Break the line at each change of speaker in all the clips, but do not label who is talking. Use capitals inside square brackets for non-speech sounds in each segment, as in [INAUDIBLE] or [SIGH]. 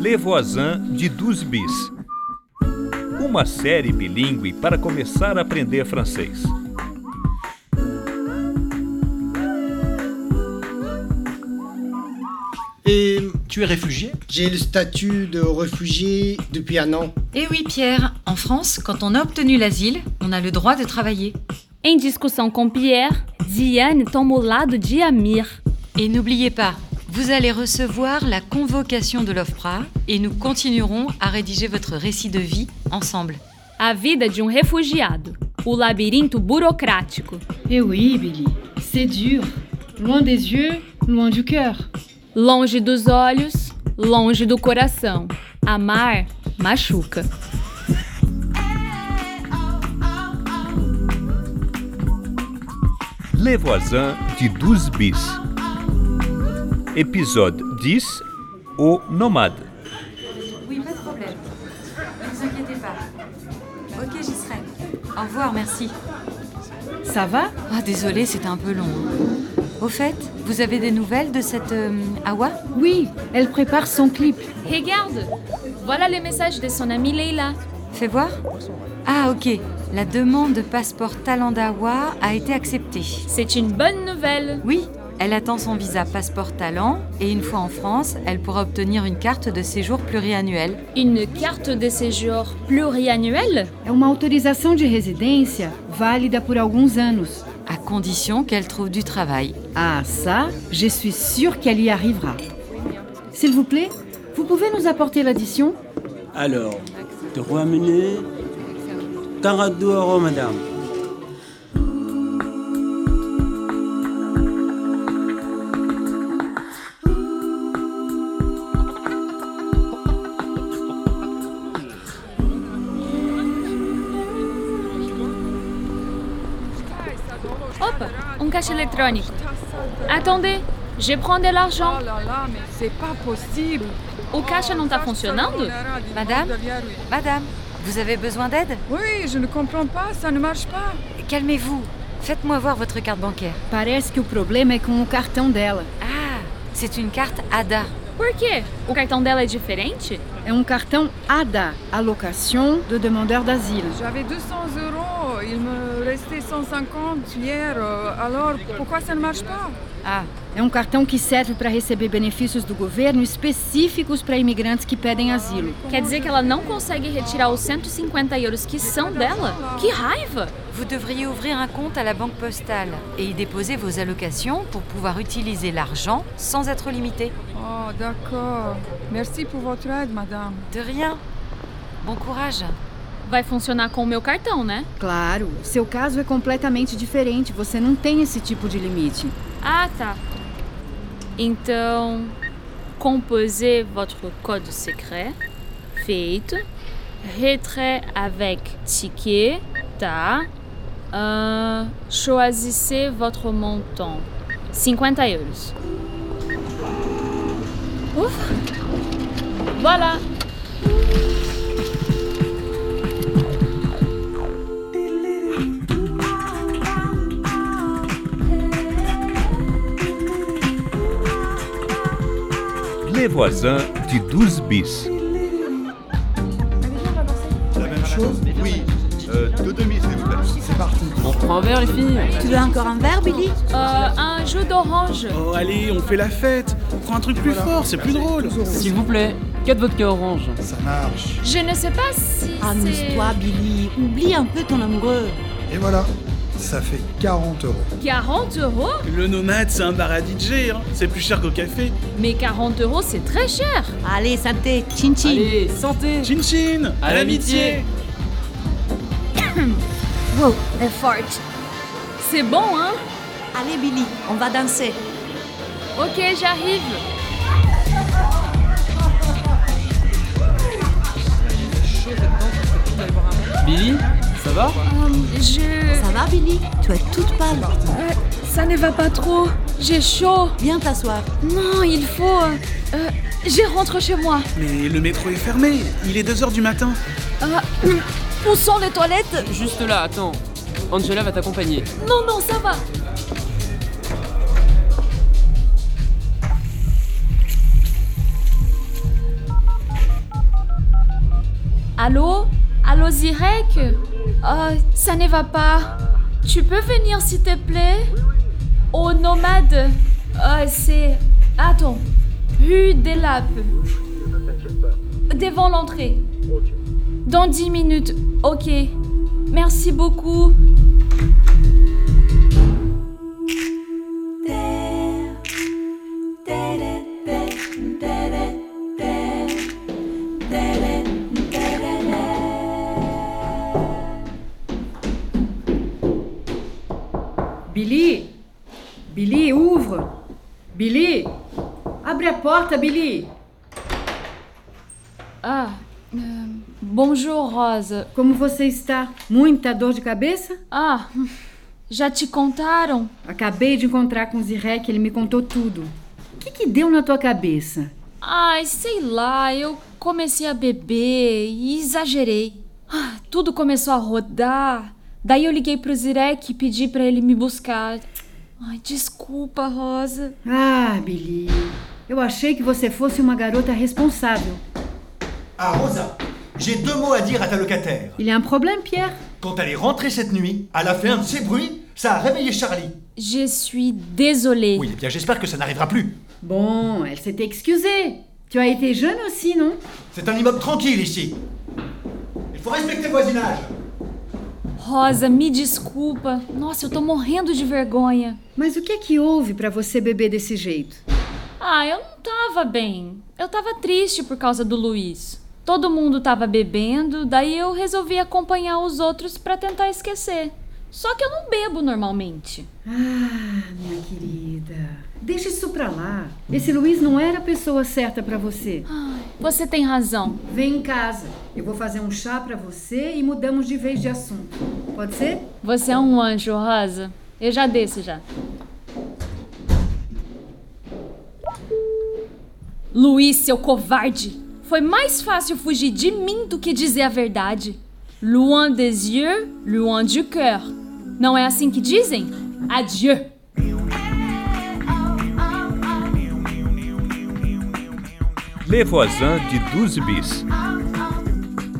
Levoisin de Duzbis. Uma série bilíngue para começar a aprender francês.
Et tu es réfugié
J'ai le statut de réfugié depuis un an.
Eh oui, Pierre, en France, quand on a obtenu l'asile, on a le droit de travailler.
Em discussão com Pierre, Diane toma o lado de Amir.
Et n'oubliez pas, vous allez recevoir la convocation de l'OFPRA et nous continuerons à rédiger votre récit de vie ensemble.
A vida de um refugiado. O labirinto burocrático.
Eh oui, Billy, c'est dur. Loin des yeux, loin du cœur.
Longe dos olhos, longe do coração. Amar machuca.
Levoisin de Duzbis. Épisode 10 Au nomade.
Oui, pas de problème. Ne vous inquiétez pas. Ok, j'y serai. Au revoir, merci.
Ça va
Ah, désolé, c'était un peu long. Au fait, vous avez des nouvelles de cette euh, Awa
Oui, elle prépare son clip.
Regarde, voilà le message de son amie Leila.
Fais voir. Ah, ok. La demande de passeport talent d'Awa a été acceptée.
C'est une bonne nouvelle.
Oui, elle attend son visa passeport talent et une fois en France, elle pourra obtenir une carte de séjour pluriannuelle.
Une carte de séjour pluriannuelle
É uma autorização de residência válida por alguns anos.
à condition qu'elle trouve du travail.
Ah ça, je suis sûre qu'elle y arrivera. S'il vous plaît, vous pouvez nous apporter l'addition
Alors, 3 minutes. 42 euros, madame.
Hop, un caixa électronique. Attendez, je prends de l'argent.
Oh là là, mais c'est pas possible.
O caixa não tá funcionando?
Madame Madame, vous avez besoin d'aide
Oui, je ne comprends pas, ça ne marche pas.
Calmez-vous. Faites-moi voir votre carte bancaire.
Parece que o problema é com o cartão dela.
Ah, c'est une carte ADA.
Por quê? O cartão dela é diferente?
É um cartão ADA, allocation de demandeur d'asile.
J'avais 200 euros, il me restait 150 hier, euh, alors pourquoi ça ne marche pas
Ah,
É um cartão que serve para receber benefícios do governo específicos para imigrantes que pedem asilo.
Quer dizer que ela não consegue retirar os 150 euros que são dela? Que raiva!
vous devriez ouvrir un compte à la banque postale et y déposer vos allocations pour pouvoir utiliser l'argent sans être limité.
Oh, d'accord. Merci pour votre aide, madame.
De rien. Bon courage.
Vai funcionar com o meu cartão, né?
Claro, seu caso é completamente diferente, você não tem esse tipo de limite.
Ah, tá. Então, composez votre code secret. Feito. Retrait avec ticket. Tá. Ah, choisissez votre montant. 50 euros. Ouf. Voilà.
Levoisin de Duzbis.
La même chose Oui. Euh, deux demi, s'il vous plaît. C'est parti.
Tu veux encore un verre, Billy
Euh, un jus d'orange.
Oh, allez, on fait la fête. Prends un truc plus fort, c'est plus drôle.
S'il vous plaît, 4 vodka orange. Ça marche.
Je ne sais pas si c'est...
Amuse-toi, Billy. Oublie un peu ton amoureux.
Et voilà, ça fait 40 euros.
40 euros
Le nomade, c'est un bar à DJ. hein. C'est plus cher qu'au café.
Mais 40 euros, c'est très cher.
Allez, santé, chin chin.
Chin chin, à l'amitié.
C'est bon, hein
Allez, Billy, on va danser.
Ok, j'arrive.
Billy, ça va
Je...
Ça va, Billy Tu es toute pâle.
Ça ne va pas trop. J'ai chaud.
Viens t'asseoir.
Non, il faut... euh, euh, je rentre chez moi.
Mais le métro est fermé. Il est 2h du matin.
Où sont les toilettes
Juste là, attends. Angela va t'accompagner.
Non, non, ça va. Allô Allô Zirek Oh, ça ne va pas. Tu peux venir s'il te plaît Au nomade. Euh, c'est... Attends. Rue des Lapes. Devant l'entrée. Dans 10 minutes. Ok. Merci beaucoup.
Billy Billy, ouvre Billy Abre a porta, Billy
Ah, bonjour Rose.
Como você está? Muita dor de cabeça?
Ah, [LAUGHS] já te contaram?
Acabei de encontrar com o Zirek, ele me contou tudo. O que, que deu na tua cabeça?
Ai, sei lá, eu comecei a beber e exagerei. Ah, tudo começou a rodar. Daí eu liguei pro Zirek e pedi pra ele me buscar. Ai, desculpa, Rosa.
Ah, Billy, eu achei que você fosse uma garota responsável.
Ah, Rosa, j'ai deux mots à dire à ta locataire.
Il y a un problème, Pierre
Quand elle est rentrée cette nuit, elle a fait un de ces bruits, ça a réveillé Charlie.
Je suis désolée.
Oui, eh bien j'espère que ça n'arrivera plus.
Bon, elle s'est excusée. Tu as été jeune aussi, non
C'est un immeuble tranquille ici. Il faut respecter le voisinage.
Rosa, me desculpa. Nossa, eu tô morrendo de vergonha.
Mas o que é que houve pra você beber desse jeito?
Ah, eu não tava bem. Eu tava triste por causa do Luiz. Todo mundo tava bebendo, daí eu resolvi acompanhar os outros pra tentar esquecer. Só que eu não bebo normalmente.
Ah, minha querida. Deixa isso pra lá. Esse Luiz não era a pessoa certa pra você.
Ai, você tem razão.
Vem em casa. Eu vou fazer um chá pra você e mudamos de vez de assunto. Pode ser?
Você é um anjo, Rosa. Eu já desço já. Luiz, seu covarde! Foi mais fácil fugir de mim do que dizer a verdade. Loin des yeux, loin du cœur. Não é assim que dizem? Adieu!
Les Voisins de 12 Bis.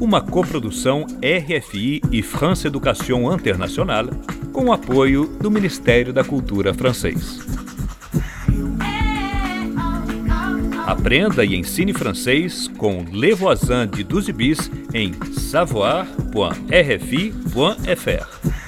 Uma coprodução RFI e France Education Internacional, com apoio do Ministério da Cultura francês. Aprenda e ensine francês com Les Voisins de 12 Bis em savoir.rfi.fr.